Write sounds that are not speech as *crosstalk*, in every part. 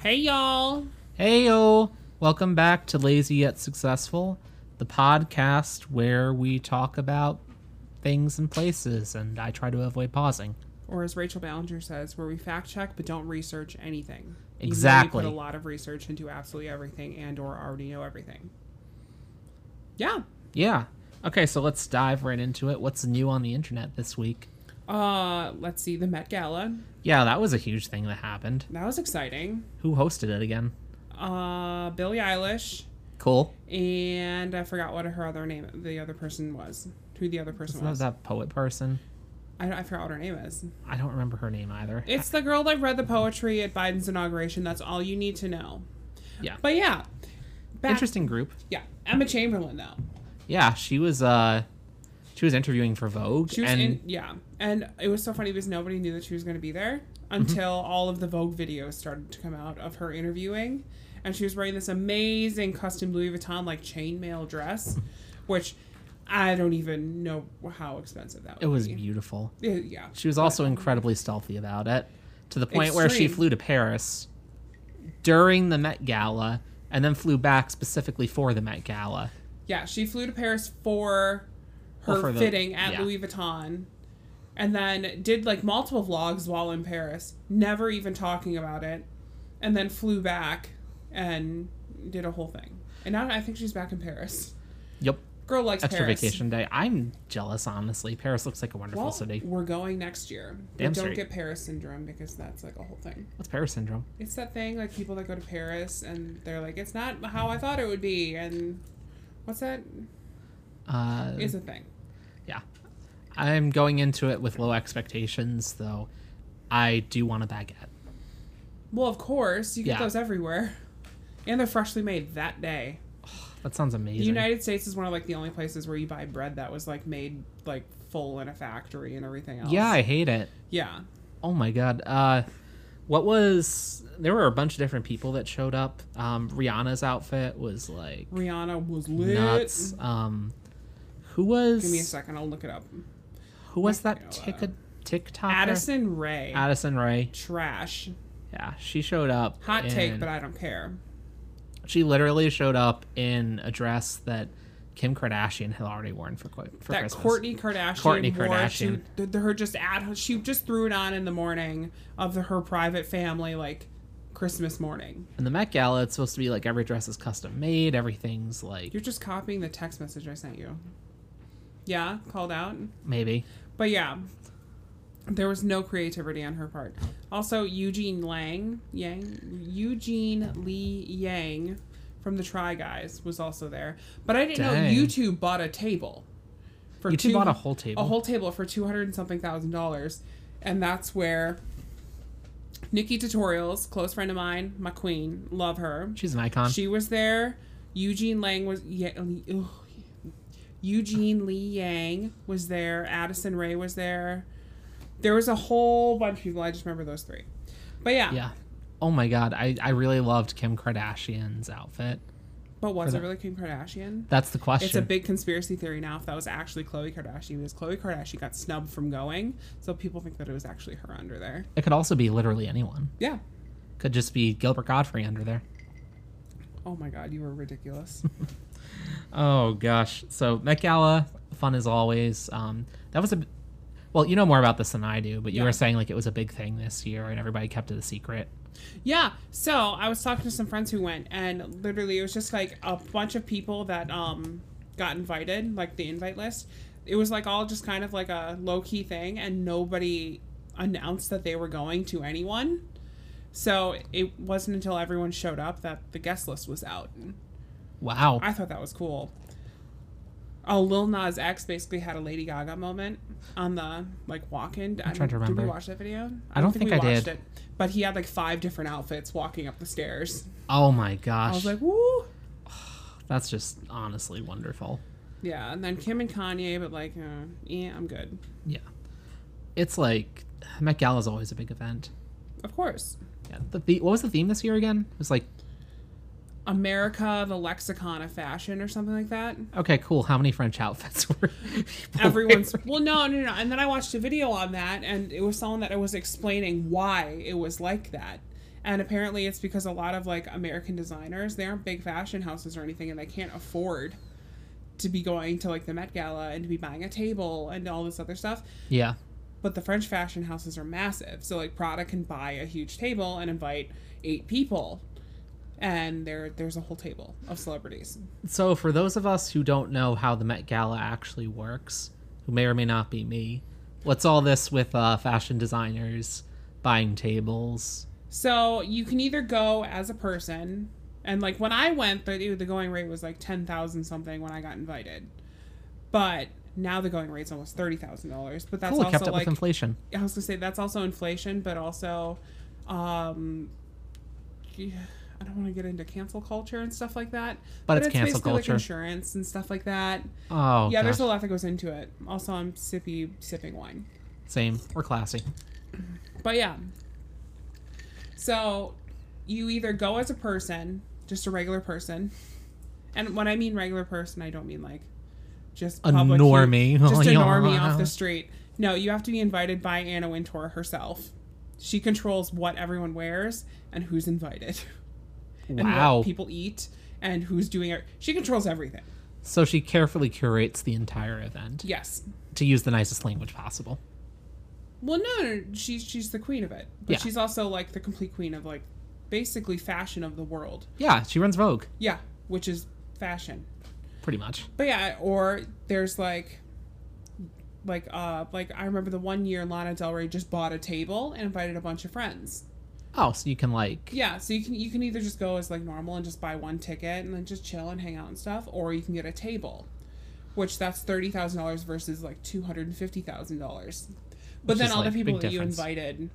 Hey, y'all. Heyo! Welcome back to Lazy Yet Successful, the podcast where we talk about things and places, and I try to avoid pausing. Or as Rachel Ballinger says, where we fact check but don't research anything. Even though Exactly. We put a lot of research into absolutely everything and or already know everything. Yeah. Yeah. Okay, so let's dive right into it. What's new on the internet this week? Uh, let's see the Met Gala. Yeah, that was a huge thing that happened. That was exciting. Who hosted it again? Uh, Billie Eilish Cool. and I forgot what her other name, the other person was, who the other person Isn't that was. that poet person? I, I forgot what her name is. I don't remember her name either. It's the girl that read the poetry at Biden's inauguration. That's all you need to know. Yeah. But yeah, back, Interesting group. Yeah, Emma Chamberlain though. Yeah, she was uh she was interviewing for Vogue She was and in yeah, and it was so funny because nobody knew that she was going to be there Mm-hmm. until all of the Vogue videos started to come out of her interviewing, and she was wearing this amazing custom Louis Vuitton like chainmail dress, which I don't even know how expensive that would it was be. beautiful. It- yeah, She was also incredibly stealthy about it, to the point where she Extreme. flew to Paris during the Met Gala and then flew back specifically for the Met Gala. yeah. She flew to Paris for her Well, Oh, for the- fitting at yeah. Louis Vuitton. And then did like multiple vlogs while in Paris, never even talking about it, and then flew back and did a whole thing. And now I think she's back in Paris. Yep, Girl likes extra Paris. vacation day. I'm jealous, honestly. Paris looks like a wonderful Well, city. we're going next year. Damn but don't straight. get Paris syndrome because that's like a whole thing. What's Paris syndrome? It's that thing like people that go to Paris and they're like, it's not how I thought it would be. And what's that? Uh, It's a thing. yeah, I'm going into it with low expectations, though. I do want a baguette. Well, of course, you get Yeah. those everywhere. And they're freshly made that day. That sounds The amazing. United States is one of like the only places where you buy bread that was like made like full in a factory and everything else. yeah, I hate it. Yeah. Oh my god. Uh what was there were a bunch of different people that showed up. Um Rihanna's outfit was like Rihanna was lit. nuts. Um who was Give me a second, I'll look it up. who was that Michaela. tick TikTok? Addison Ray. Addison Ray. Trash. Yeah, she showed up. Hot take, in- but I don't care. she literally showed up in a dress that Kim Kardashian had already worn for quite for that Christmas. Courtney Kardashian. Kourtney wore Kardashian. To, th- th- her just at she just threw it on in the morning of the, her private family like Christmas morning. And the Met Gala, it's supposed to be like every dress is custom made, everything's like You're just copying the text message I sent you. Yeah, called out. maybe. But yeah, there was no creativity on her part. Also, Eugene Lang, Yang, Eugene Lee Yang from the Try Guys was also there. But I didn't Dang. know YouTube bought a table. For YouTube bought a whole table? A whole table for two hundred and something thousand dollars, and that's where Nikki Tutorials, close friend of mine, my queen, love her. She's an icon. She was there. Eugene Lang was yeah, ugh. Eugene Lee Yang was there. Addison Ray was there. There was a whole bunch of people. I just remember those three. But yeah. Yeah. Oh my god, I, I really loved Kim Kardashian's outfit. But was For it the- really Kim Kardashian? That's the question. It's a big conspiracy theory now if that was actually Khloe Kardashian because Khloe Kardashian got snubbed from going, so people think that it was actually her under there. it could also be literally anyone. Yeah. Could just be Gilbert Godfrey under there. Oh my God, you were ridiculous. Oh gosh. So Met Gala, fun as always. Um, that was a. b- Well, you know more about this than I do, but you Yeah. were saying like it was a big thing this year and everybody kept it a secret. Yeah. So I was talking to some friends who went, and literally it was just like a bunch of people that um got invited, like the invite list. It was like all just kind of like a low key thing, and nobody announced that they were going to anyone. So it wasn't until everyone showed up that the guest list was out. Wow. I thought that was cool. Oh, Lil Nas X basically had a Lady Gaga moment on the like walk-in. I'm trying to Did remember. we watch that video? I don't, don't think I did. it. But he had like five different outfits walking up the stairs. oh my I gosh. was like, woo. That's just honestly wonderful. Yeah, and then Kim and Kanye, but like, uh, yeah, I'm good. Yeah. It's like Met Gala is always a big event. Of course, Yeah. The, the what was the theme this year again? It was like America, the lexicon of fashion, or something like that. okay, cool. How many French outfits *laughs* were people Everyone's wearing? well, no, no, no. And then I watched a video on that, and it was someone that was explaining why it was like that. And apparently, it's because a lot of like American designers, they aren't big fashion houses or anything, and they can't afford to be going to like the Met Gala and to be buying a table and all this other stuff. Yeah. But the French fashion houses are massive. So like Prada can buy a huge table and invite eight people. And there there's a whole table of celebrities. So, for those of us who don't know how the Met Gala actually works, who may or may not be me, what's all this with uh, fashion designers buying tables? So you can either go as a person, and like when I went, the the going rate was like ten thousand something when I got invited, but now the going rate's almost thirty thousand dollars. But that's Cool, it also kept up like with inflation. I was gonna say that's also inflation, but also, um, yeah, I don't want to get into cancel culture and stuff like that. But it's cancel basically culture. like insurance and stuff like that. Oh, yeah, there's a gosh. lot that goes into it. Also, I'm sippy sipping wine. Same. We're classy. But yeah. So you either go as a person, just a regular person. And when I mean regular person, I don't mean like just A public hu- normie. *laughs* Just a Yeah. normie off the street. No, you have to be invited by Anna Wintour herself. She controls what everyone wears and who's invited. *laughs* And uh, Wow. what people eat and who's doing it. She controls everything. So she carefully curates the entire event Yes. to use the nicest language possible. Well, no, no, she's she's the queen of it, but Yeah. she's also like the complete queen of like basically fashion of the world. Yeah, she runs Vogue, Yeah, which is fashion. pretty much. But yeah, or there's like like uh like I remember the one year Lana Del Rey just bought a table and invited a bunch of friends. Oh, so you can like Yeah, so you can you can either just go as like normal and just buy one ticket and then just chill and hang out and stuff, or you can get a table. Which that's thirty thousand dollars versus like two hundred and fifty thousand dollars. But Which then is, all like, the people big that you difference. invited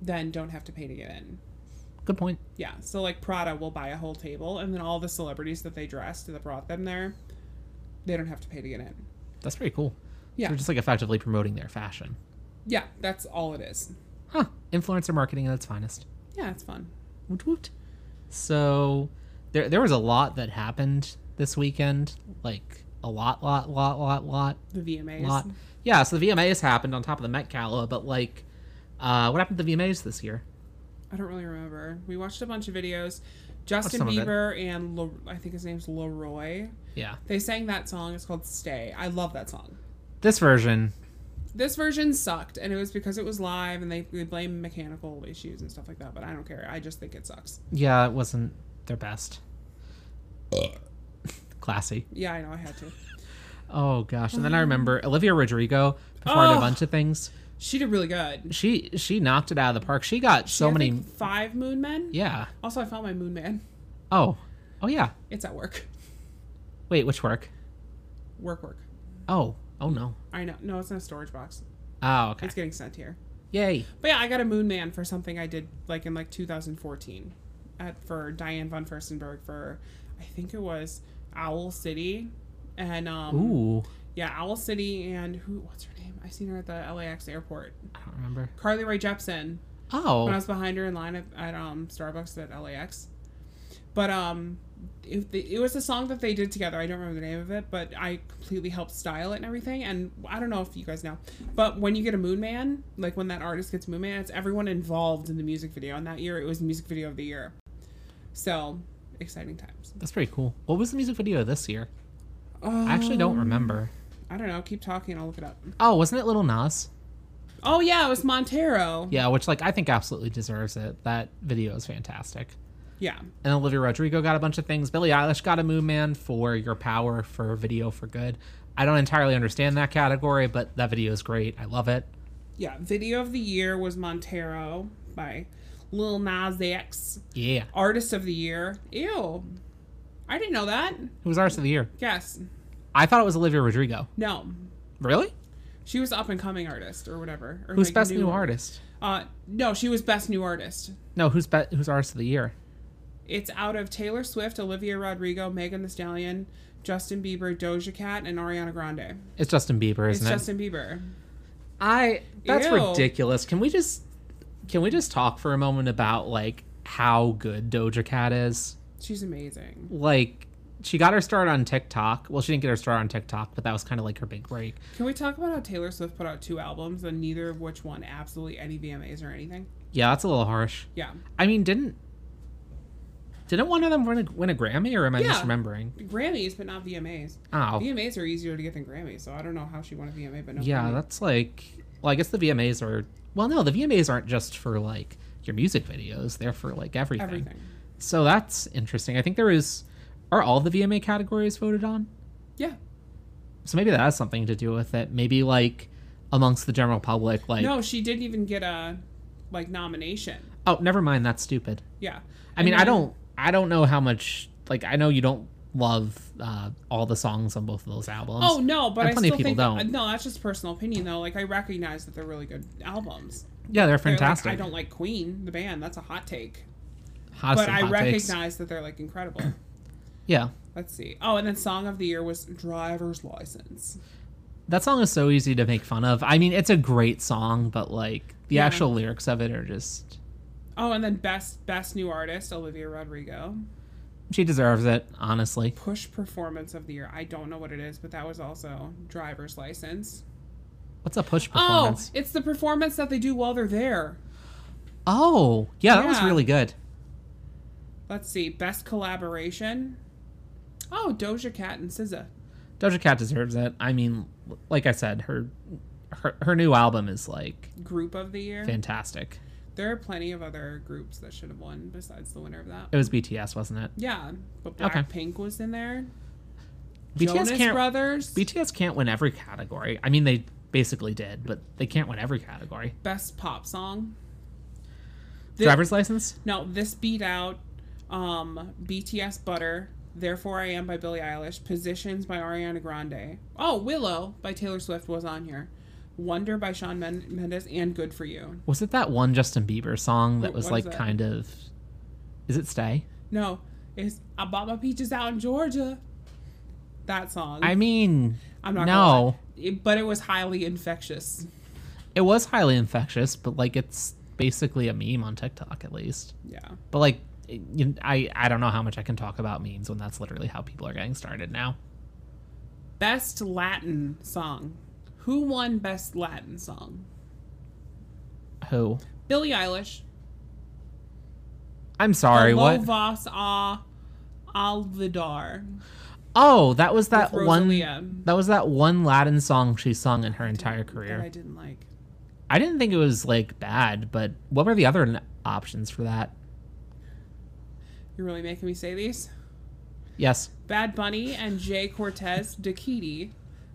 then don't have to pay to get in. good point. Yeah, so like Prada will buy a whole table, and then all the celebrities that they dressed that brought them there, they don't have to pay to get in. That's pretty cool. Yeah. They're just like effectively promoting their fashion. Yeah, that's all it is. Huh. Influencer marketing at its finest. Yeah, it's fun. Woot woot. So there there was a lot that happened this weekend. Like a lot, lot, lot, lot, lot, The VMAs. lot. Yeah, so the VMAs happened on top of the Met Gala, but like uh what happened to the VMAs this year? I don't really remember. We watched a bunch of videos. Justin some of it. Bieber and Lo- I think his name's Leroy. Yeah. They sang that song. It's called "Stay." I love that song. This version, This version sucked, and it was because it was live, and they, they blame mechanical issues and stuff like that. But I don't care. I just think it sucks. yeah, it wasn't their best. *laughs* Classy. Yeah, I know. I *laughs* had to. Oh gosh. And then I remember Olivia Rodrigo performed a Oh. bunch of things. She did really good. She she knocked it out of the park. She got so I many think five Moon Men. Yeah. Also, I found my Moon Man. Oh. Oh yeah. It's at work. Wait, which work? Work, work. Oh. Oh no. I know. No, it's in a storage box. Oh, okay. It's getting sent here. Yay. But yeah, I got a Moon Man for something I did like in like 2014, at for Diane von Furstenberg for, I think it was Owl City, and um Ooh. yeah, Owl City and who? What's her name? I seen her at the LAX airport. I don't remember. Carly Rae Jepsen. Oh. when I was behind her in line at, at um Starbucks at LAX. But um, it, it was a song that they did together. I don't remember the name of it, but I completely helped style it and everything. And I don't know if you guys know, but when you get a Moon Man, like when that artist gets Moon Man, it's everyone involved in the music video. And that year, it was music video of the year. So exciting times. That's pretty cool. What was the music video this year? Oh, I actually don't remember. I don't know. Keep talking. I'll look it up. Oh, wasn't it Little Nas? Oh yeah, it was Montero. Yeah, which like I think absolutely deserves it. That video is fantastic. Yeah. And Olivia Rodrigo got a bunch of things. Billie Eilish got a Moon Man for Your Power for Video for Good. I don't entirely understand that category, but that video is great. I love it. Yeah. Video of the year was Montero by Lil Nas X. Yeah. Artist of the Year. Ew. I didn't know that. Who was artist of the year? Guess. I thought it was Olivia Rodrigo. No. Really? She She was up and coming artist or whatever. Or who's like, best new artist? Uh no, she was best new artist. No, who's be- who's artist of the year? It's out of Taylor Swift, Olivia Rodrigo, Megan Thee Stallion, Justin Bieber, Doja Cat, and Ariana Grande. It's Justin Bieber, It's isn't it? Justin Bieber. I that's Ew. ridiculous. Can we just can we just talk for a moment about like how good Doja Cat is? She's amazing. Like she got her start on TikTok. Well, she didn't get her start on TikTok, but that was kind of like her big break. Can we talk about how Taylor Swift put out two albums and neither of which won absolutely any VMAs or anything? Yeah, that's a little harsh. Yeah. I mean, didn't didn't one of them win a, win a Grammy, or am I Yeah. misremembering? Grammys, but not VMAs. Oh, VMAs are easier to get than Grammys, so I don't know how she won a VMA, but no. yeah, Grammy. that's like. Well, I guess the VMAs are. Well, no, the VMAs aren't just for like your music videos; they're for like everything. everything. So that's interesting. I think there is. Are all the VMA categories voted on? Yeah. So maybe that has something to do with it. Maybe like amongst the general public, like no, she didn't even get a like nomination. oh, never mind, that's stupid. Yeah. I mean, I don't, I don't know how much. Like, I know you don't love uh, all the songs on both of those albums. Oh no, but And I plenty still of people think don't. no, that's just personal opinion though. Like I recognize that they're really good albums. yeah, they're They're like, fantastic. I don't like Queen, the band. That's a hot take. Hottest but of I hot takes. recognize that they're like incredible. *clears throat* Yeah, Let's see. Oh, and then song of the year was "Driver's License." that song is so easy to make fun of. I mean, it's a great song, but like the Yeah. actual lyrics of it are just. Oh, and then best best new artist Olivia Rodrigo. She deserves it, honestly. Push performance of the year. I don't know what it is, but that was also "Driver's License." What's a push Oh, performance? it's the performance that they do while they're there. Oh, yeah, that was Yeah. really good. Let's see. Best collaboration. Oh, Doja Cat and SZA. Doja Cat deserves it. I mean, like I said, her her, her new album is like Group of the year. fantastic. There are plenty of other groups that should have won besides the winner of that. It was BTS, wasn't it? Yeah, but Okay. Blackpink was in there. BTS Jonas can't Brothers. BTS can't win every category. I mean, they basically did, but they can't win every category. Best pop song. Thi- Driver's license? No, this beat out um, BTS Butter, Therefore I Am by Billie Eilish, Positions by Ariana Grande. Oh, Willow by Taylor Swift was on here. Wonder by Sean Men- Mendes and Good for You. Was it that one Justin Bieber song that Wh- was what is like that? kind of Is it Stay? No, it's I bought my peaches out in Georgia. That song. I mean, I'm not gonna no. It- but it was highly infectious. It was highly infectious, but like it's basically a meme on TikTok at least. Yeah. But like it- you, I I don't know how much I can talk about memes when that's literally how people are getting started now. Best Latin song. Who won Best Latin song? Who? Billie Eilish. I'm sorry, what? Lovas a Alvidar. Oh, that was that with one Rosalia. that was that one Latin song she sung in her entire That I career. didn't like. I didn't think it was like bad, but what were the other n- options for that? You're really making me say these. Yes. Bad Bunny and Jay Cortez Dakiti.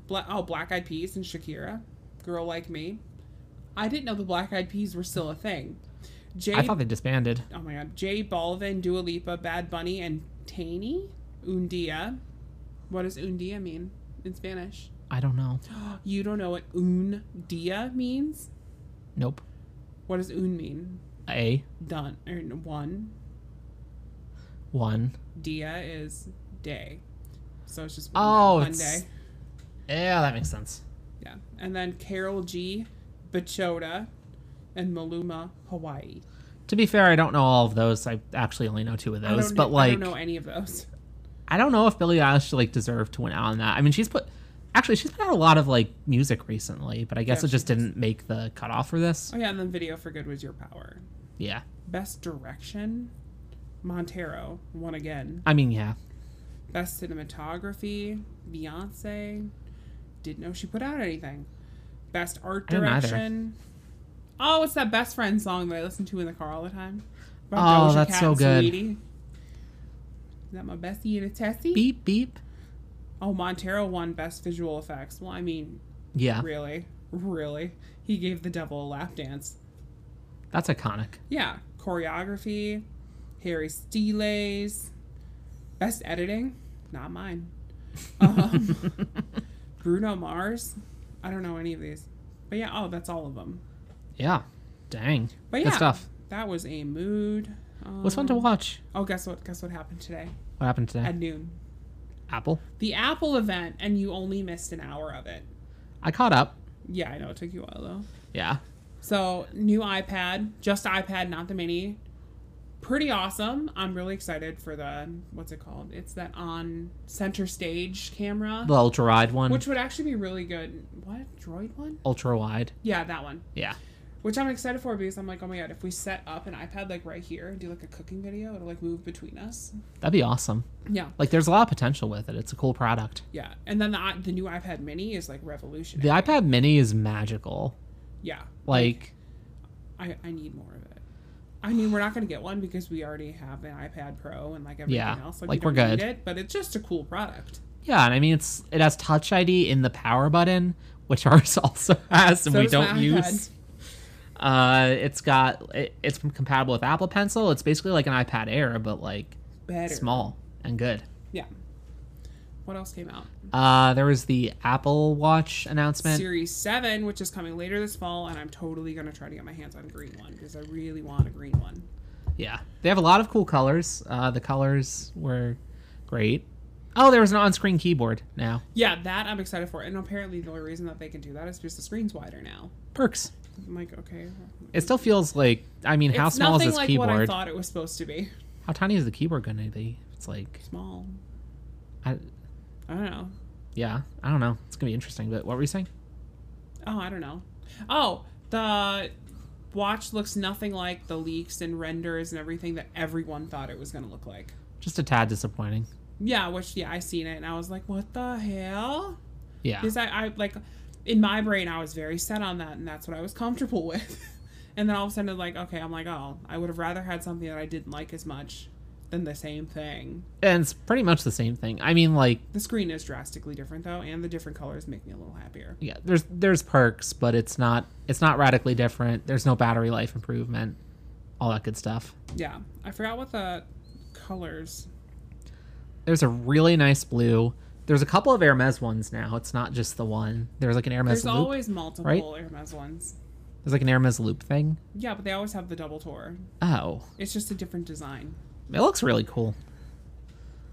Bla- oh, Black Eyed Peas and Shakira. Girl Like Me. I didn't know the Black Eyed Peas were still a thing. Jay I thought they disbanded. oh my god, Jay Balvin, Dua Lipa, Bad Bunny, and Taney Undia. What does Undia mean in Spanish? I don't know. You don't know what un dia means? Nope. What does un mean? A Done or one. one. Dia is day. So it's just Oh, one it's- day. Yeah, that makes sense. Yeah. And then Carol G, Bachoda, and Maluma, Hawaii. To be fair, I don't know all of those. I actually only know two of I those. don't, But kn- like, I don't know any of those. if Billie Eilish like deserved to win out on that. I mean, she's put actually she's put out a lot of like music recently, but I guess Yeah, it just she has. didn't make the cutoff for this. Oh yeah, and then video for good was your power. Yeah. Best direction, Montero won again. I mean, yeah. Best cinematography, Beyonce. Didn't know she put out anything. Best art I didn't either. direction. Oh, it's that best friend song that I listen to in the car all the time. By Oh, Doja that's Cat so and good. Saweetie. Is that my bestie and a tessie? Beep beep. Oh, Montero won best visual effects. Well, I mean, Yeah. really, really, he gave the devil a lap dance. That's iconic. Yeah, choreography, Harry Steles, best editing, not mine. *laughs* Um, Bruno Mars, I don't know any of these, but yeah, oh, that's all of them. Yeah. Dang. But yeah, Good stuff. That was a mood. Um, What's fun to watch? Oh, guess what? Guess what happened today What happened today? at noon? Apple. The Apple event, and you only missed an hour of it. I caught up. Yeah, I know it took you a while though. Yeah. So new iPad, just iPad, not the mini. pretty awesome. I'm really excited for the what's it called? It's that on center stage camera, The ultra wide one. Uh-huh. which would actually be really good. What droid one? ultra wide. Yeah, that one. Yeah. Which I'm excited for because I'm like, oh my god, if we set up an iPad like right here and do like a cooking video, it'll like move between us. That'd be awesome. Yeah, Like there's a lot of potential with it. It's a cool product. yeah. And then the i- the new iPad Mini is like revolutionary. The iPad mini is magical. yeah, Like I, I need more of it. I mean, we're not going to get one because we already have an iPad Pro and like everything Yeah, else. like, we we're don't need good. it, but it's just a cool product. yeah, and I mean it's it has touch ID in the power button, which *laughs* ours also has and So we does my don't iPad. use. Uh it's got it, it's compatible with Apple Pencil. It's basically like an iPad Air but like Better. small and good. Yeah. What else came out? Uh there was the Apple Watch announcement. Series 7, which is coming later this fall, and I'm totally going to try to get my hands on a green one because I really want a green one. Yeah, they have a lot of cool colors. Uh, the colors were great. Oh, there was an on-screen keyboard now. Yeah, that I'm excited for. And apparently, the only reason that they can do that is because the screen's wider now. Perks. I'm like, okay. It still feels like. I mean, how it's small is nothing this like what I keyboard? thought it was supposed to be. How tiny is the keyboard going to be? It's like, Small. I, I don't know. yeah, I don't know. It's gonna be interesting. But what were you saying? Oh, I don't know. Oh, the watch looks nothing like the leaks and renders and everything that everyone thought it was going to look like. Just a tad disappointing. Yeah, which yeah, I seen it and I was like, what the hell? Yeah. Because I, I like in my brain I was very set on that and that's what I was comfortable *laughs* with. and then all of a sudden like, okay, I'm like, oh, I would have rather had something that I didn't like as much than the same thing. And it's pretty much the same thing. I mean, like, The screen is drastically different though, and the different colors make me a little happier. yeah, there's there's perks, but it's not it's not radically different. There's no battery life improvement, all that good stuff. Yeah. I forgot what the colors There's a really nice blue. There's a couple of Hermes ones now. It's not just the one. There's like an Hermes There's loop. always multiple right? Hermes ones. There's like an Hermes loop thing. Yeah, but they always have the double tour. Oh, It's just a different design. it looks really cool.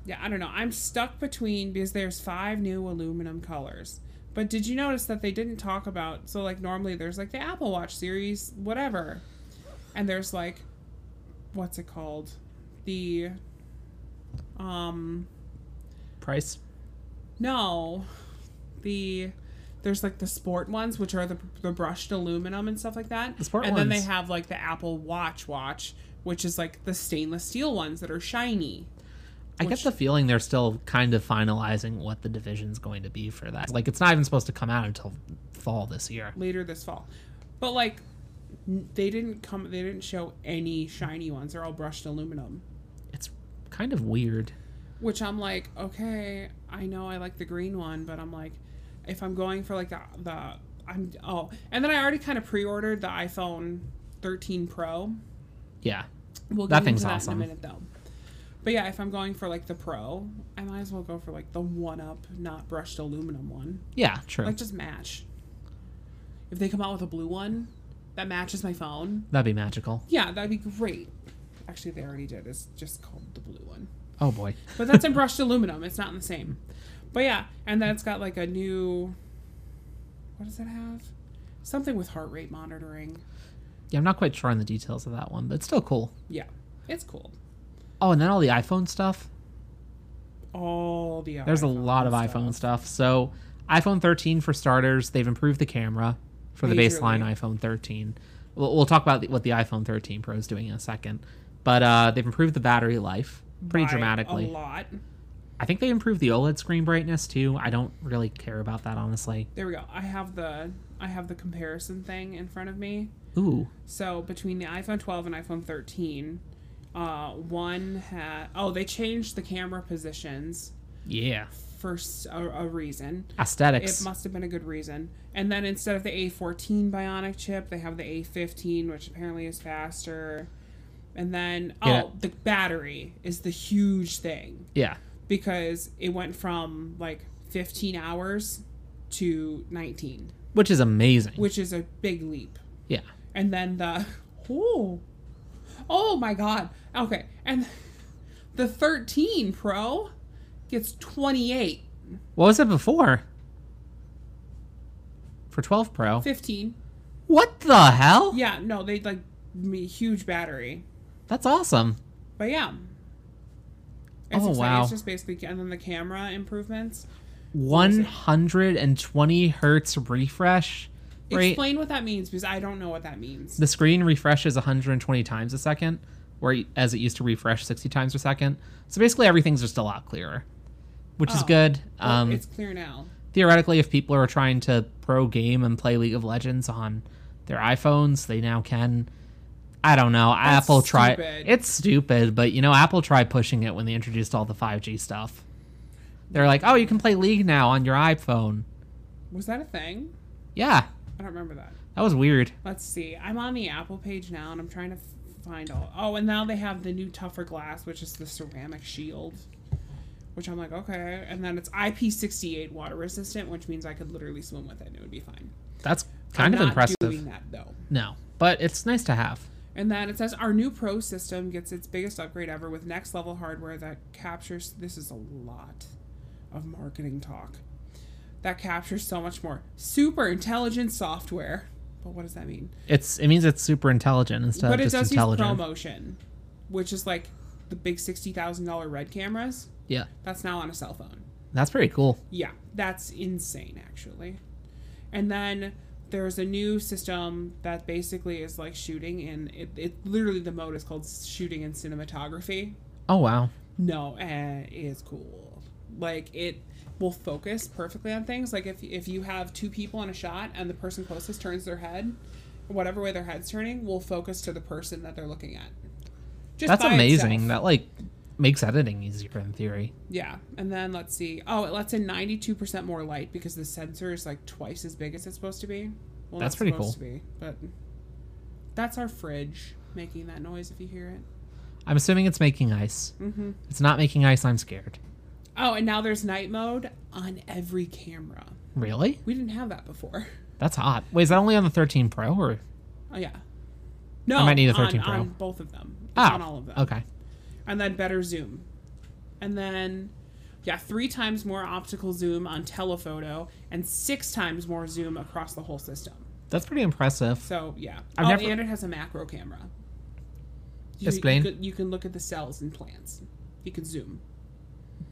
Yeah, I don't know. I'm stuck between because there's five new aluminum colors. But did you notice that they didn't talk about so like normally there's like the Apple Watch series, whatever. And there's like what's it called? The um Price. no. The there's like the sport ones, which are the, the brushed aluminum and stuff like that. The sport and then they ones. have like the Apple Watch watch, which is like the stainless steel ones that are shiny. I get Which- the feeling they're still kind of finalizing what the division's going to be for that. Like, it's not even supposed to come out until fall this year. later this fall. But like, n- they didn't come. They didn't show any shiny ones. They're all brushed aluminum. It's kind of weird. Which I'm like, okay, I know I like the green one, but I'm like, if I'm going for like the the I'm oh, and then I already kind of pre-ordered the iPhone 13 Pro. Yeah. We'll That get thing's into that awesome. in a minute though. But yeah, if I'm going for like the Pro, I might as well go for like the one up, not brushed aluminum one. Yeah, true. Like just match. If they come out with a blue one that matches my phone, That'd be magical. Yeah, that'd be great. Actually, they already did. It's just called the blue one. Oh, boy. But that's in brushed aluminum. It's not in the same. But yeah, and then it's got like a new. What does it have? Something with heart rate monitoring. Yeah, I'm not quite sure on the details of that one, but it's still cool. Yeah, it's cool. Oh, and then all the iPhone stuff. All the There's a iPhone lot of stuff. iPhone stuff. So, iPhone 13 for starters, they've improved the camera for the baseline Majorly. iPhone 13. We'll, we'll talk about the, what the iPhone 13 Pro is doing in a second, but uh, they've improved the battery life pretty By A dramatically. lot. I think they improved the OLED screen brightness too. I don't really care about that honestly. There we go. I have the I have the comparison thing in front of me. Ooh, So between the iPhone 12 and iPhone 13, uh, one had oh they changed the camera positions yeah, for s- a, a reason. It aesthetics. must have been a good reason. And then instead of the A14 Bionic chip, they have the A15, which apparently is faster. And then, oh, Yeah. the battery is the huge thing yeah, because it went from like 15 hours to 19, which is amazing. which is a big leap. yeah, And then the, *laughs* oh, oh my God. Okay. And the 13 Pro gets 28, what was it before? For 12 Pro. 15. What the hell? Yeah, no, they like me huge battery. That's awesome. But yeah. It's Oh, exciting. wow. It's just basically and then the camera improvements. 120 hertz refresh rate. Explain what that means because I don't know what that means. The screen refreshes 120 times a second, where as it used to refresh 60 times a second. So basically, everything's just a lot clearer, which is Oh. good. Well, Um, it's clear now. theoretically, if people are trying to pro game and play League of Legends on their iPhones, they now can. I don't know. Apple tried. stupid. It's stupid, but you know, Apple tried pushing it when they introduced all the 5G stuff. They're like, oh, you can play League now on your iPhone. Was that a thing? Yeah, I don't remember that. that was weird. Let's see. I'm on the Apple page now and I'm trying to f- find all. Oh, and now they have the new tougher glass, which is the ceramic shield, which I'm like, okay. And then it's IP68 water resistant, which means I could literally swim with it and it would be fine. That's kind I'm of not impressive. Doing that though. No, but it's nice to have. And then it says our new Pro system gets its biggest upgrade ever with next level hardware that captures. This is a lot of marketing talk. That captures so much more super intelligent software. But what does that mean? It's it means it's super intelligent instead but of it just does use intelligent. ProMotion, which is like the big sixty thousand dollar red cameras. Yeah, That's now on a cell phone. that's pretty cool. Yeah, that's insane, actually. And then there's a new system that basically is like shooting, and it, it literally the mode is called shooting and cinematography. Oh wow, No, and it's cool. Like it will focus perfectly on things. Like if if you have two people in a shot and the person closest turns their head, whatever way their head's turning, will focus to the person that they're looking at. Just that's by amazing. itself. That like makes editing easier in theory. Yeah, and then let's see. Oh, it lets in ninety-two percent more light because the sensor is like twice as big as it's supposed to be. Well, That's not pretty supposed To be, but that's our fridge making that noise if you hear it. I'm assuming it's making ice. Mm-hmm. If It's not making ice. I'm scared. Oh, and now there's night mode on every camera. Really? We didn't have that before. *laughs* That's hot. Wait, is that only on the 13 Pro or? Oh yeah. No, might need a on- 13 Pro. on both of them. It's Oh, on all of them. okay. and then better zoom. And then, yeah, three times more optical zoom on telephoto and six times more zoom across the whole system. That's pretty impressive. So, yeah. I've oh, never- and it has a macro camera. You, Explain. You can, you can look at the cells in plants. You can zoom.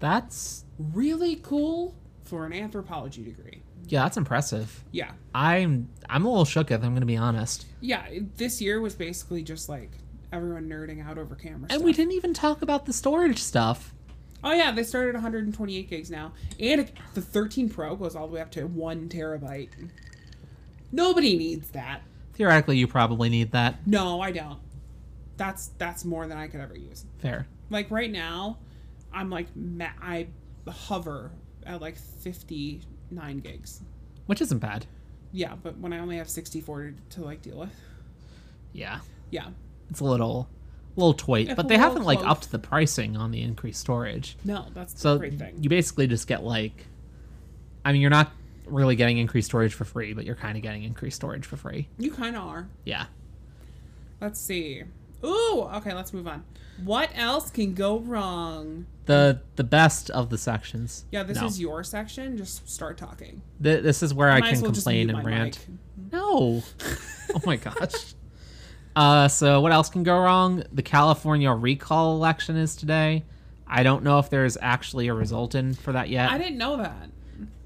That's Really cool for an anthropology degree. yeah, that's impressive. Yeah. I'm I'm a little shook if I'm gonna be honest. Yeah, it- this year was basically just like everyone nerding out over camera And stuff. we didn't even talk about the storage stuff. Oh yeah, they started at 128 gigs now, and it- the 13 Pro goes all the way up to one terabyte. Nobody needs that. Theoretically, you probably need that. No, I don't. That's that's more than I could ever use. Fair. Like right now, I'm like ma- I hover at like 59 gigs. Which isn't bad. Yeah, but when I only have 64 to, to like deal with, Yeah. yeah, It's a little little toy, It's but a they little haven't like close. upped the pricing on the increased storage. no, that's So the great thing. you basically just get like I mean, you're not really getting increased storage for free, but you're kind of getting increased storage for free. you kind of are. Yeah. Let's see. Ooh, okay, let's move on. What else can go wrong? The the best of the sections. Yeah, this No. is your section. Just start talking. Th- this is where I Might can as well just complain mute and my rant. mic. No. *laughs* oh my gosh. Uh, so what else can go wrong? The California recall election is today. I don't know if there's actually a result in for that yet. I didn't know that.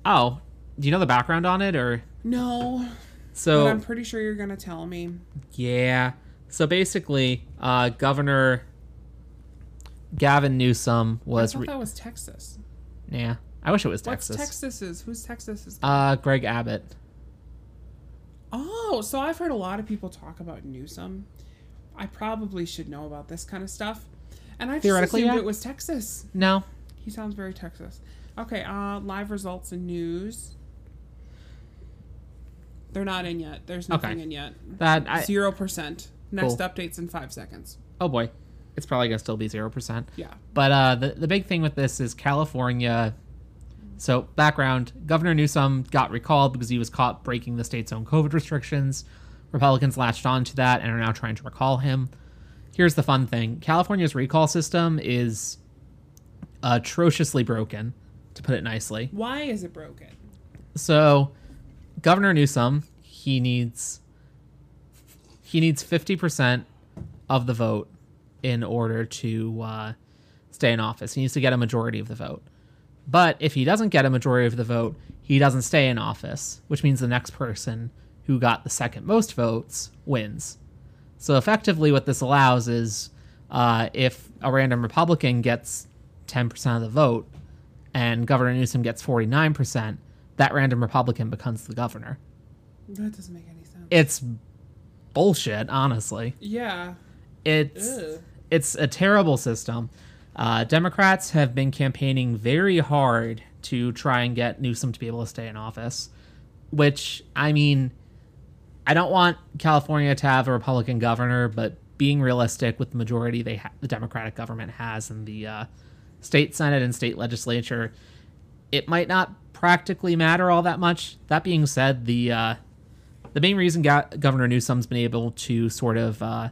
Oh, do you know the background on it or No, so? but I'm pretty sure you're gonna tell me. Yeah. So basically, uh, Governor Gavin Newsom I was. thought Re- that was Texas. yeah. I wish it was What's Texas. Texas's? Who's Texas's? Uh, Greg Abbott. Oh, so I've heard a lot of people talk about Newsom. I probably should know about this kind of stuff, and I just Theoretically, assumed yeah. it was Texas. No. He sounds very Texas. Okay, uh, live results and news. They're not in yet. There's nothing Okay. in yet. That I. Zero percent. Next Cool. updates in five seconds. Oh boy, it's probably gonna still be zero percent. Yeah. But uh, the the big thing with this is California. So background: Governor Newsom got recalled because he was caught breaking the state's own COVID restrictions. Republicans latched on to that and are now trying to recall him. Here's the fun thing: California's recall system is atrociously broken, to put it nicely. Why is it broken? So, Governor Newsom, he needs he needs 50% of the vote in order to uh, stay in office. He needs to get a majority of the vote. But if he doesn't get a majority of the vote, he doesn't stay in office, which means the next person who got the second most votes wins. So effectively, what this allows is uh, if a random Republican gets 10% of the vote and Governor Newsom gets 49%, that random Republican becomes the governor. That doesn't make any sense. It's bullshit, honestly. yeah. It's Ugh. it's a terrible system. Uh, Democrats have been campaigning very hard to try and get Newsom to be able to stay in office, which I mean, I don't want California to have a Republican governor, but being realistic with the majority they ha- the Democratic government has in the uh, state senate and state legislature, it might not practically matter all that much. That being said, the uh, the main reason Go- Governor Newsom's been able to sort of uh,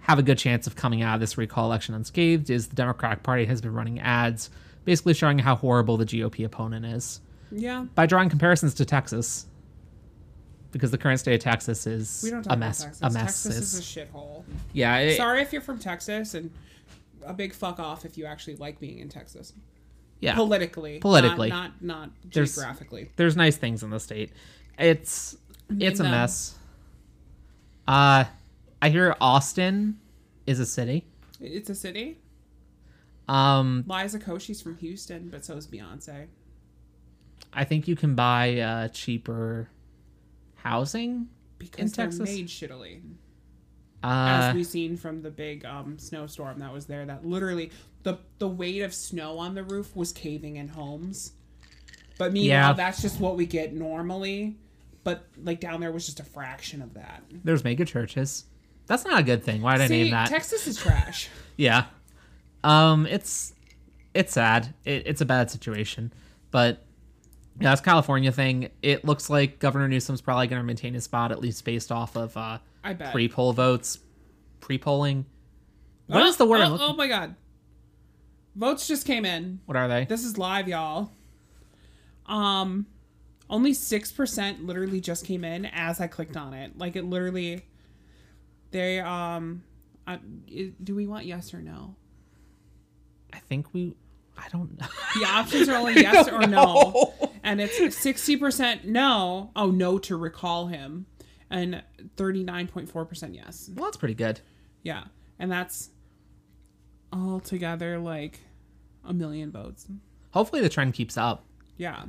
have a good chance of coming out of this recall election unscathed is the Democratic Party has been running ads basically showing how horrible the GOP opponent is Yeah. by drawing comparisons to Texas. Because the current state of Texas is We don't talk a mess. about Texas. A mess Texas is- is, a shithole. yeah. it- Sorry if you're from Texas and a big fuck off if you actually like being in Texas. yeah. Politically. Politically. Not not, not There's- geographically. there's nice things in the state. It's it's a them. mess. Uh, I hear Austin is a city. It's a city. Um, Liza Koshy's from Houston, but so is Beyonce. I think you can buy uh, cheaper housing. Because In they're Texas? made shittily. Uh, as we've seen from the big um, snowstorm that was there that literally the the weight of snow on the roof was caving in homes but meanwhile Yeah. that's just what we get normally but like down there was just a fraction of that there's mega churches. That's not a good thing. Why did I see name that? texas is trash yeah. Um, it's it's sad. It, it's a bad situation, but yeah, this California thing. It looks like Governor Newsom's probably going to maintain his spot at least based off of uh, i bet pre poll votes, pre polling. What is the word? I'm oh, looking- oh my god votes just came in What are they? this is live y'all um only 6% literally just came in as i clicked on it like it literally they um I, i- do we want yes or no I think we. I don't know. *laughs* the options are only yes or no and it's 60% no oh no to recall him and 39.4% yes well, that's pretty good. yeah and that's all together like a million votes Hopefully, the trend keeps up. yeah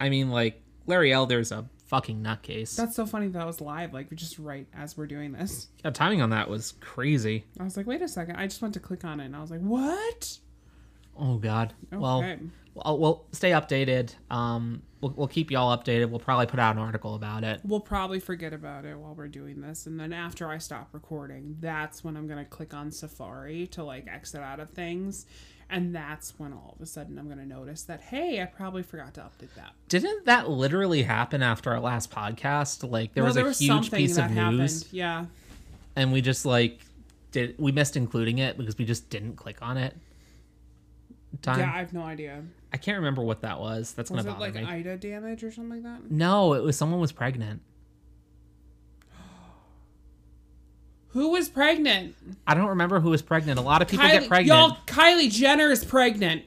I mean, like Larry Elder's a fucking nutcase. that's so funny that was live like just right as we're doing this The timing on that was crazy. I was like, wait a second. I just went to click on it and I was like, what? Oh God. Well, Okay. well, we'll stay updated. Um, we'll, we'll keep y'all updated. We'll probably put out an article about it. We'll probably forget about it while we're doing this. And then after I stop recording, that's when I'm going to click on Safari to like exit out of things. And that's when all of a sudden I'm going to notice that, hey, I probably forgot to update that. Didn't that literally happen after our last podcast? Like there Well, was a huge piece of news, Yeah. and we just like did we missed including it because we just didn't click on it. Time. Yeah, I have no idea. I can't remember what that was. That's Was gonna it bother like me. Ida damage or something like that? No, it was someone was pregnant. Who was pregnant? I don't remember who was pregnant. A lot of people get pregnant. Y'all, Kylie Jenner is pregnant.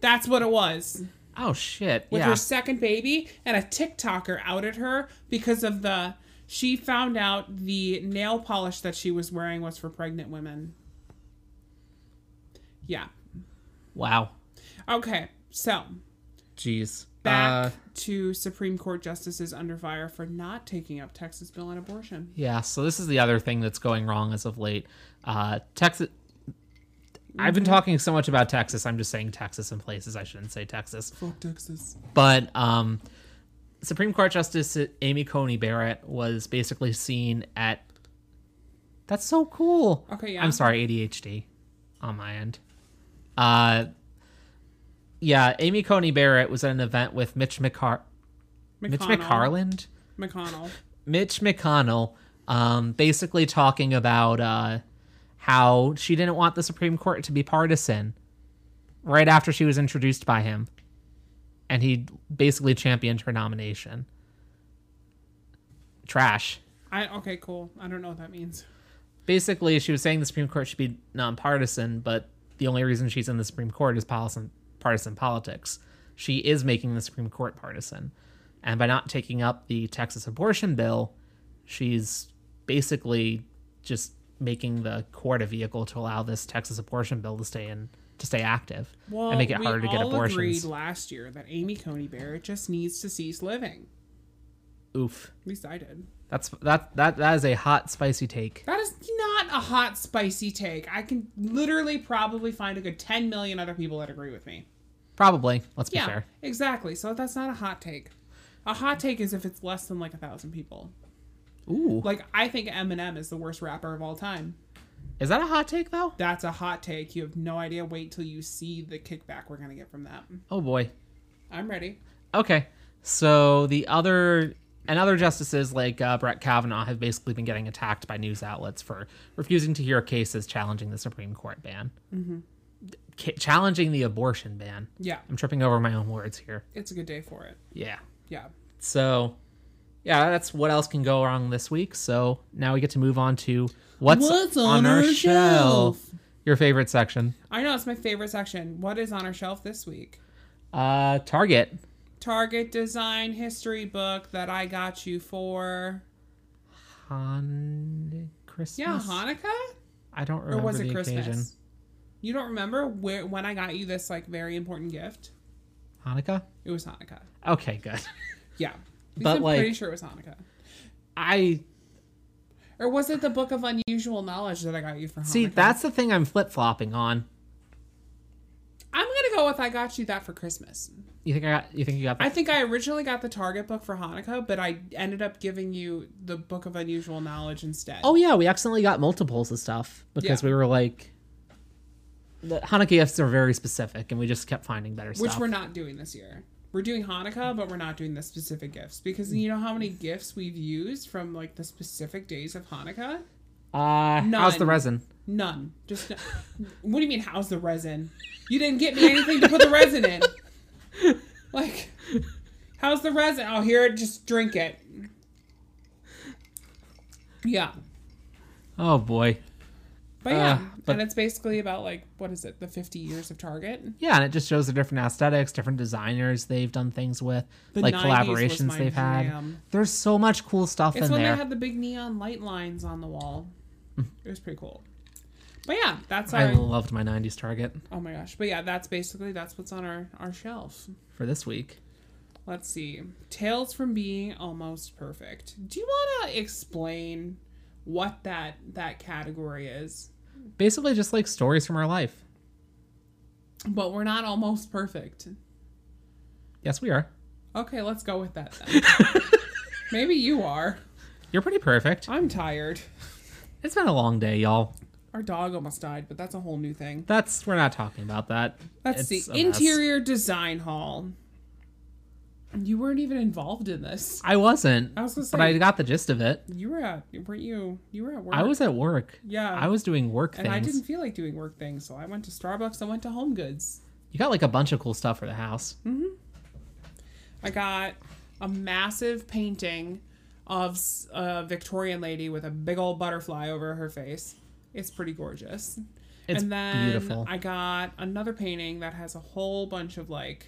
That's what it was. Oh shit! with yeah. her second baby, and a TikToker outed her because of the. She found out the nail polish that she was wearing was for pregnant women. Yeah. Wow. Okay. So Jeez. back Uh, to Supreme Court justices under fire for not taking up Texas bill on abortion. Yeah, so this is the other thing that's going wrong as of late. Uh, Texas. I've Mm-hmm. been talking so much about Texas. I'm just saying Texas in places. I shouldn't say Texas. Fuck Texas. But um, Supreme Court Justice Amy Coney Barrett was basically seen at. That's so cool. Okay, yeah. I'm sorry, ADHD on my end. Uh, yeah, Amy Coney Barrett was at an event with Mitch McCar- Mitch McCarland. McConnell. Mitch McConnell um, basically talking about uh, how she didn't want the Supreme Court to be partisan right after she was introduced by him. And he basically championed her nomination. Trash. I okay, cool. I don't know what that means. basically she was saying the Supreme Court should be nonpartisan, but the only reason she's in the Supreme Court is partisan partisan politics. She is making the Supreme Court partisan. And by not taking up the Texas abortion bill, she's basically just making the court a vehicle to allow this Texas abortion bill to stay in to stay active Well, and make it we harder to get all abortions. agreed last year that Amy Coney Barrett just needs to cease living. Oof. At least I did. That's that that that is a hot spicy take. That is not a hot, spicy take. I can literally probably find a good 10 million other people that agree with me. Probably. Let's be Yeah, fair. exactly. So that's not a hot take. A hot take is if it's less than like a thousand people. Ooh. Like I think Eminem is the worst rapper of all time. Is that a hot take though? That's a hot take. You have no idea. Wait till you see the kickback we're gonna get from that. Oh boy. I'm ready. Okay. So the other and other justices like uh, Brett Kavanaugh have basically been getting attacked by news outlets for refusing to hear cases challenging the Supreme Court ban, mm-hmm. challenging the abortion ban. Yeah, I'm tripping over my own words here. it's a good day for it. Yeah. Yeah. So, yeah, that's what else can go wrong this week. So now we get to move on to what's, What's on on, our our shelf? shelf? Your favorite section, I know it's my favorite section. What is on our shelf this week? uh, Target Target design history book that I got you for Han Christmas. yeah Hanukkah I don't or remember was the it Christmas? occasion. You don't remember where when I got you this like very important gift? Hanukkah. It was Hanukkah. Okay, good. Yeah, At least But, I'm like- pretty sure it was Hanukkah. I Or was it the book of unusual knowledge that I got you for Hanukkah? see that's the thing I'm flip flopping on. I'm gonna go with I got you that for Christmas. You think I got? You think you got? I That? think I originally got the Target book for Hanukkah, but I ended up giving you the book of unusual knowledge instead. oh yeah, we accidentally got multiples of stuff because Yeah. we were like, the Hanukkah gifts are very specific, and we just kept finding better which stuff. we're not doing this year. We're doing Hanukkah, but we're not doing the specific gifts because you know how many gifts we've used from like the specific days of Hanukkah? Uh, how's the None. resin? None. Just *laughs* what do you mean? How's the resin? You didn't get me anything to put the resin in. Like, how's the resin? Oh, here, just drink it. Yeah, Oh boy. but yeah, Uh, but- and it's basically about like what is it? The fifty years of Target. Yeah, and it just shows the different aesthetics, different designers they've done things with, The like 90s was collaborations my they've had. jam. There's so much cool stuff It's in when there. Mm. they had the big neon light lines on the wall. It was pretty cool. But yeah, that's I our. loved my '90s Target oh my gosh! But yeah, that's basically that's what's on our our shelf. for this week. Let's see. Tales from being almost perfect. Do you want to explain what that that category is? Basically, just like stories from our life. But we're not almost perfect. Yes, we are. Okay, let's go with that *laughs* then. Maybe you are. You're pretty perfect. I'm tired. It's been a long day, y'all. Our dog almost died, but that's a whole new thing. That's we're not talking about that. Let's It's see. a mess. Interior design hall. You weren't even involved in this. I wasn't, I was gonna but say- I got the gist of it. You were at weren't you? You were at work. I was at work. Yeah. I was doing work and things. I didn't feel like doing work things, so I went to Starbucks. I went to Home Goods. You got like a bunch of cool stuff for the house. Hmm. I got a massive painting of s- a Victorian lady with a big old butterfly over her face. It's pretty gorgeous. It's and then beautiful. I got another painting that has a whole bunch of like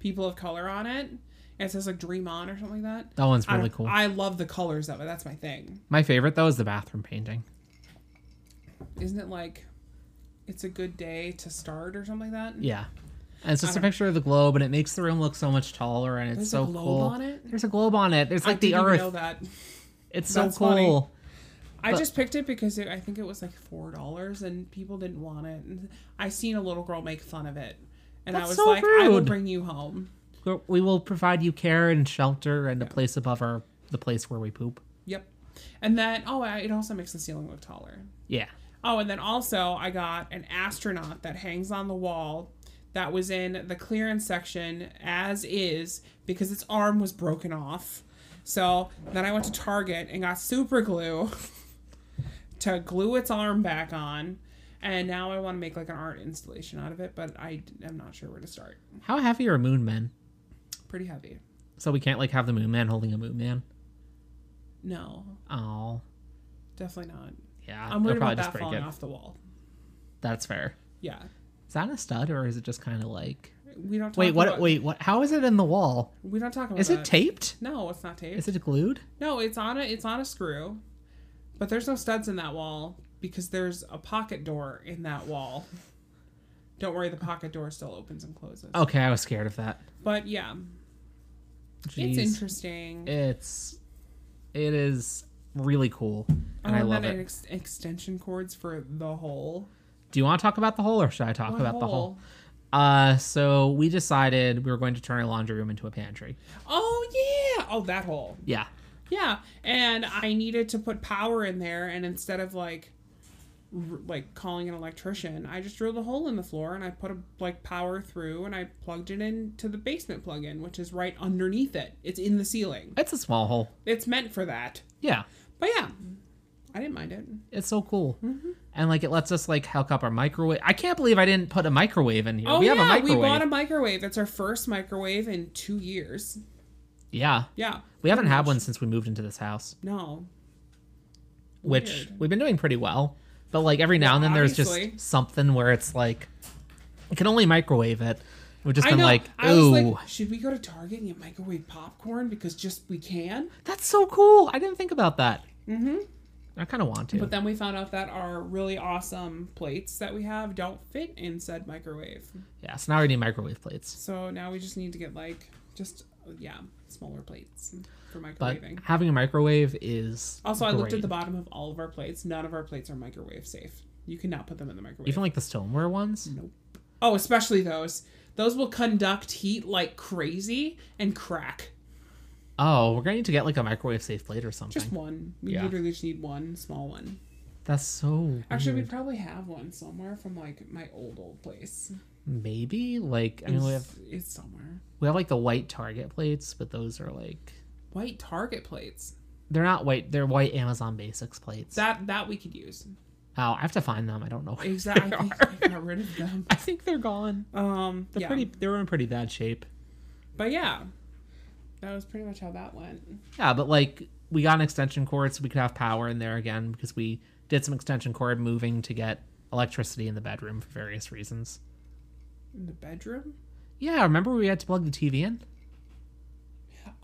people of color on it. And it says like dream on or something like that. That one's I really don't- cool. I love the colors of it. That's my thing. My favorite though is the bathroom painting. Isn't it like it's a good day to start or something like that? Yeah. And it's just a don't- picture of the globe, and it makes the room look so much taller, and it's There's a so globe cool. on it? There's a globe on it. There's I like the didn't even know Earth. that. It's That's so cool. I But- just picked it because it, I think it was like four dollars, and people didn't want it. And I seen a little girl make fun of it, and I That's was so like, "I will rude. bring you home." We're- We will provide you care and shelter and a place above our the place where we poop. Yep. And then oh, I- it also makes the ceiling look taller. Yeah. Oh, and then also I got an astronaut that hangs on the wall that was in the clearance section as is because its arm was broken off. So then I went to Target and got super glue *laughs* to glue its arm back on. And now I want to make like an art installation out of it, but I am not sure where to start. How heavy are moon men? Pretty heavy. So we can't like have the moon man holding a moon man. No, Oh. definitely not. Yeah, I'm they'll worried probably about just that break falling it. off the wall. That's fair. Yeah, Is that a stud or is it just kind of like? we don't. Talk Wait, what? About, Wait, what? How is it in the wall? we don't talk about. Is it that. taped? No, it's not taped. Is it glued? No, it's on a it's on a screw, but there's no studs in that wall because there's a pocket door in that wall. Don't worry, the pocket door still opens and closes. Okay, I was scared of that. But yeah, Jeez. it's interesting. It's it is really cool, and I Oh, love then it. Ex- extension cords for the hole. Do you want to talk about the hole, or should I talk What about the hole? Uh, so we decided we were going to turn our laundry room into a pantry. Oh yeah! Oh that hole. Yeah, Yeah, and I needed to put power in there, and instead of like, r- like calling an electrician, I just drilled a hole in the floor and I put a like power through, and I plugged it into the basement plug-in, which is right underneath it. It's in the ceiling. it's a small hole. It's meant for that. Yeah, But yeah, I didn't mind it. it's so cool, Mm-hmm. and like it lets us like hook up our microwave. I can't believe I didn't put a microwave in here. Oh we yeah, have a microwave. we bought a microwave. It's our first microwave in two years. yeah, Yeah, we haven't had one since we moved into this house, no. which Weird. we've been doing pretty well. But like every now and then, there's obviously. just something where it's like you can only microwave it. We've just I been know. like, I was ooh. like, should we go to Target and get microwave popcorn because just we can? That's so cool. I didn't think about that. Mm-hmm. I kind of want to. But then we found out that our really awesome plates that we have don't fit in said microwave. yeah, so now we need microwave plates. So now we just need to get like just yeah, smaller plates for But microwaving. having a microwave is also, I looked at great. the bottom of all of our plates. None of our plates are microwave safe. You cannot put them in the microwave. even like the stoneware ones. nope. Oh, especially those. Those will conduct heat like crazy and crack. Oh, we're gonna need to get like a microwave safe plate or something. Just one. We Yeah. literally just need one small one. That's so Actually, we weird. probably have one somewhere from like my old old place. maybe like I mean we have It's- it's somewhere. we have like the white Target plates, but those are like White Target plates. they're not white. They're white Amazon Basics plates. That that we could use. oh, I have to find them. I don't know. *laughs* where Exactly. they I are. think I got rid of *laughs* them. I think they're gone. Um, They're yeah. pretty. They were in pretty bad shape. But yeah, that was pretty much how that went. Yeah, but like we got an extension cord so we could have power in there again because we did some extension cord moving to get electricity in the bedroom for various reasons. In the bedroom. Yeah, remember we had to plug the TV in?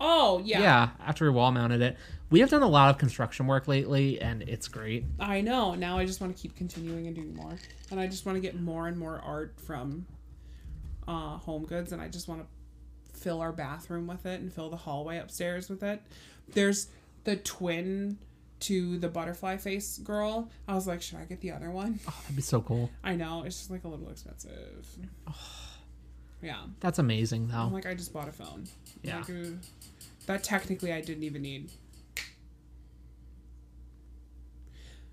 Oh yeah. after we wall mounted it. We have done a lot of construction work lately and it's great. I know. Now I just want to keep continuing and doing more, and I just want to get more and more art from uh, Home Goods, and I just want to fill our bathroom with it and fill the hallway upstairs with it. There's the twin to the butterfly face girl. I was like, should I get the other one? Oh, that'd be so cool. I know it's just like a little expensive. Yeah. That's amazing I'm though. like, I just bought a phone. Yeah. Like, uh, that technically I didn't even need.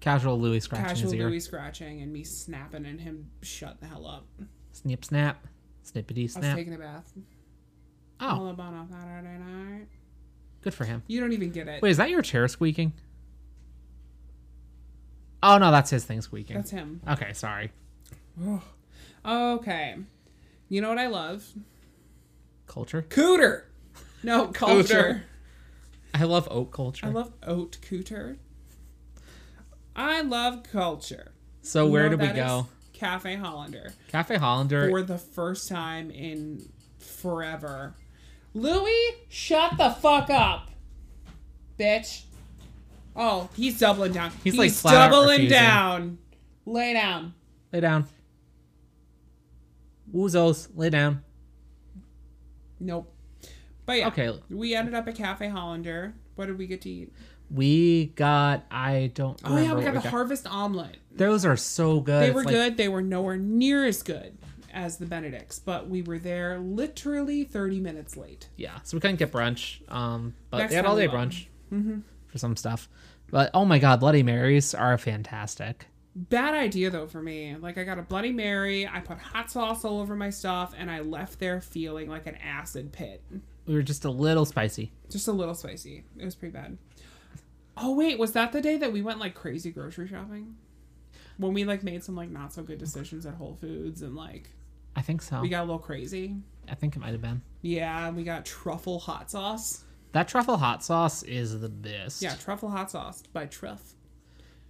Casual Louis scratching Casual his ear. Louis scratching and me snapping and him shut the hell up. Snip snap. Snippity I was snap. taking a bath. Oh, All up on a Saturday night. good for him. You don't even get it. Wait, is that your chair squeaking? Oh no, that's his thing squeaking. That's him. Okay, sorry. Okay. You know what I love? *laughs* Culture. Cooter. *laughs* No, culture. I love oat culture. I love oat cooter. I love culture. so You where know do we that is go? Cafe Hollander. Cafe Hollander. for the first time in forever. Louis, shut the fuck up, bitch. Oh, he's doubling down. He's, like, flat out refusing. down. Lay down. lay down. Woozos, lay down. Nope. But yeah, Okay. we ended up at Cafe Hollander. What did we get to eat? We got. I don't. Oh yeah, remember we what got the harvest omelet. Those are so good. They It's were like- good. They were nowhere near as good as the Benedicts, but we were there literally 30 minutes late. Yeah. So we couldn't get brunch. Um, but Next they had time all day we will. brunch Mm-hmm. for some stuff. But oh my god, Bloody Marys are fantastic. Bad idea though for me. Like I got a Bloody Mary, I put hot sauce all over my stuff, and I left there feeling like an acid pit. We were just a little spicy. Just a little spicy. It was pretty bad. Oh wait, was that the day that we went like crazy grocery shopping? When we like made some like not so good decisions at Whole Foods and like I think so. we got a little crazy. I think it might have been. Yeah, and we got truffle hot sauce. That truffle hot sauce is the best. Yeah, truffle hot sauce by Truff.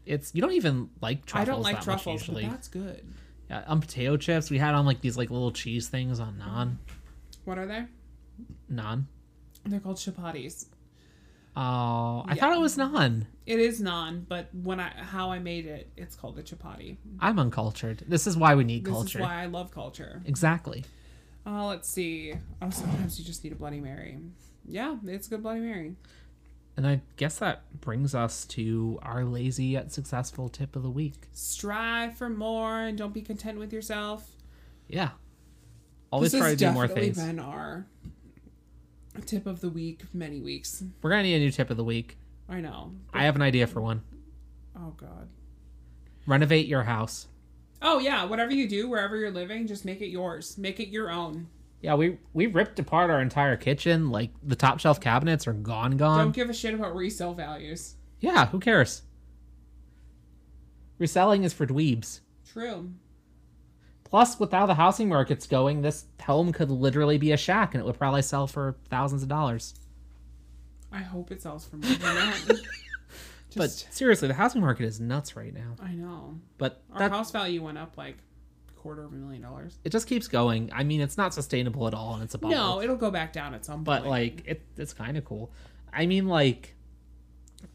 It's you don't even like I truffles. don't like that truffles, much usually. but that's good. Yeah, on potato chips, we had on like these like little cheese things on naan, What are they? naan. They're called chapatis. Oh, I Yeah. thought it was naan. It is naan, but when I how I made it, it's called a chapati. I'm uncultured. This is why we need This culture. is why I love culture. Exactly. Uh, let's see. Oh, sometimes you just need a Bloody Mary. Yeah, it's a good Bloody Mary. And I guess that brings us to our lazy yet successful tip of the week. Strive for more and don't be content with yourself. Yeah. Always this try to has do more definitely things. been our tip of the week many weeks. We're going to need a new tip of the week. I know. I have an idea for one. Oh God. Renovate your house. Oh yeah, whatever you do, wherever you're living, just make it yours. Make it your own. Yeah, we we ripped apart our entire kitchen. Like the top shelf cabinets are gone gone. Don't give a shit about resale values. Yeah, who cares? Reselling is for dweebs. True. Plus, with how the housing market's going, this home could literally be a shack and it would probably sell for thousands of dollars. I hope it sells for more than *laughs* that. But Just, seriously, the housing market is nuts right now. I know. But Our that, house value went up like quarter of a million dollars. it just keeps going. I mean, it's not sustainable at all and it's a bubble. No, it'll go back down at some Oh, but point. like it, it's kind of cool i mean like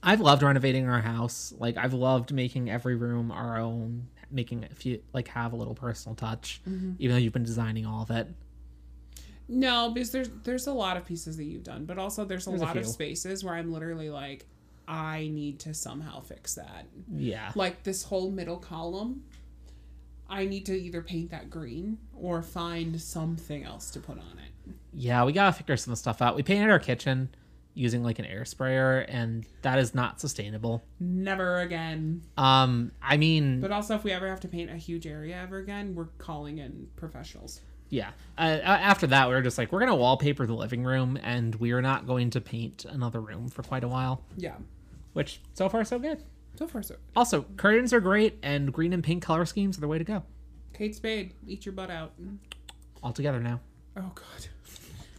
i've loved renovating our house like i've loved making every room our own making it feel like have a little personal touch even though you've been designing all of it no, because there's there's a lot of pieces that you've done, but also there's a There's a lot of few. spaces where I'm literally like, I need to somehow fix that. yeah Like this whole middle column, I need to either paint that green or find something else to put on it. yeah we gotta figure some stuff out we painted our kitchen using like an air sprayer and that is not sustainable Never again. um i mean But also, if we ever have to paint a huge area ever again, we're calling in professionals. yeah uh, a- after that we were just like we're gonna wallpaper the living room and we're not going to paint another room for quite a while Yeah. which so far so good So far, so good. Also, curtains are great, and green and pink color schemes are the way to go. Kate Spade, eat your butt out. All together now. Oh God.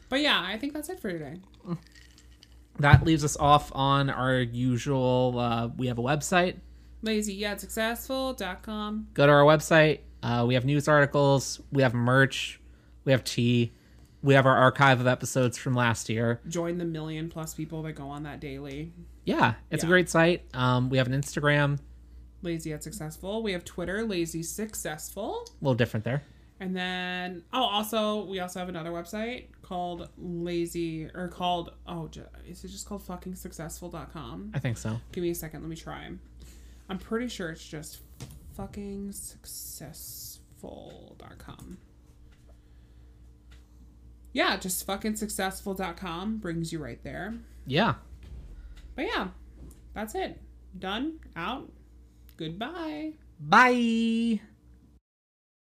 But yeah, I think that's it for today. That leaves us off on our usual. Uh, we have a website. Lazy yet successful.com. Go to our website. Uh, we have news articles. We have merch. We have tea. We have our archive of episodes from last year. Join the million plus people that go on that daily. Yeah, it's a Yeah. great site. Um, we have an Instagram. A Lazy yet successful. We have Twitter, lazy successful. little different there. And then oh also we also have another website called lazy or called oh ju- is it just called fucking successful.com? I think so. Give me a second, let me try. I'm pretty sure it's just fucking successful.com. Yeah, just fucking successful.com brings you right there. Yeah. But yeah, that's it. Done, out, goodbye. Bye.